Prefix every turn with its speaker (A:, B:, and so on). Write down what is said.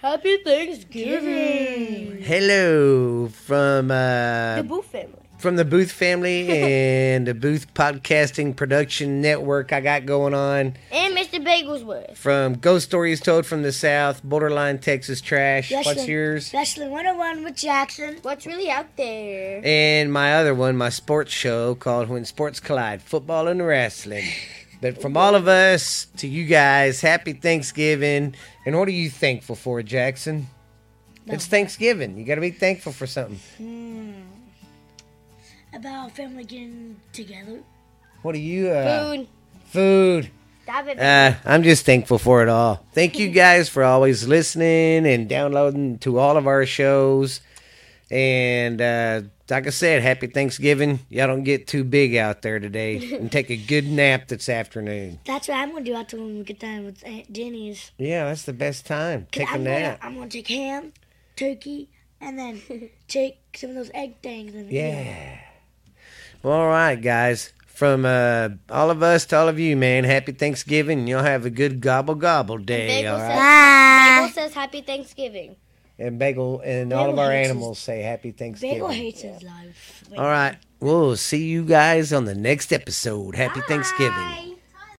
A: Happy Thanksgiving.
B: Hello from uh,
A: The Boo family.
B: from the Booth family and the Booth Podcasting Production Network. I got going on
A: And Mr. Bagelsworth.
B: from Ghost Stories Told from the South, Borderline Texas Trash. What's yours?
C: Especially 101 with Jackson.
A: What's really out there?
B: And my other one, my sports show called When Sports Collide Football and Wrestling. But from all of us to you guys, happy Thanksgiving. And what are you thankful for, Jackson? It's Thanksgiving. You got to be thankful for something.
C: About family getting together.
B: What are you? Uh,
A: Food.
B: food.
A: Stop it.
B: Uh, I'm just thankful for it all. Thank you guys for always listening and downloading to all of our shows. And uh, like I said, happy Thanksgiving. Y'all don't get too big out there today and take a good nap this afternoon.
C: That's what I'm going to do after when we get done with Aunt Jenny's.
B: Yeah, that's the best time.
C: 'Cause
B: Take a
C: I'm Gonna,
B: nap.
C: I'm going to take ham, turkey, and then take some of those egg things. And
B: Yeah. Well, all right, guys. From uh, all of us to all of you, man, happy Thanksgiving. Y'all have a good gobble gobble day.
A: Bagel
B: All right.
A: says-
C: Ah.
A: Bagel says Happy Thanksgiving.
B: And Bagel and all of
C: Bagel
B: our
C: hates us.
B: animals say happy Thanksgiving.
C: Bagel hates his life.
B: All right. We'll see you guys on the next episode. Happy Thanksgiving.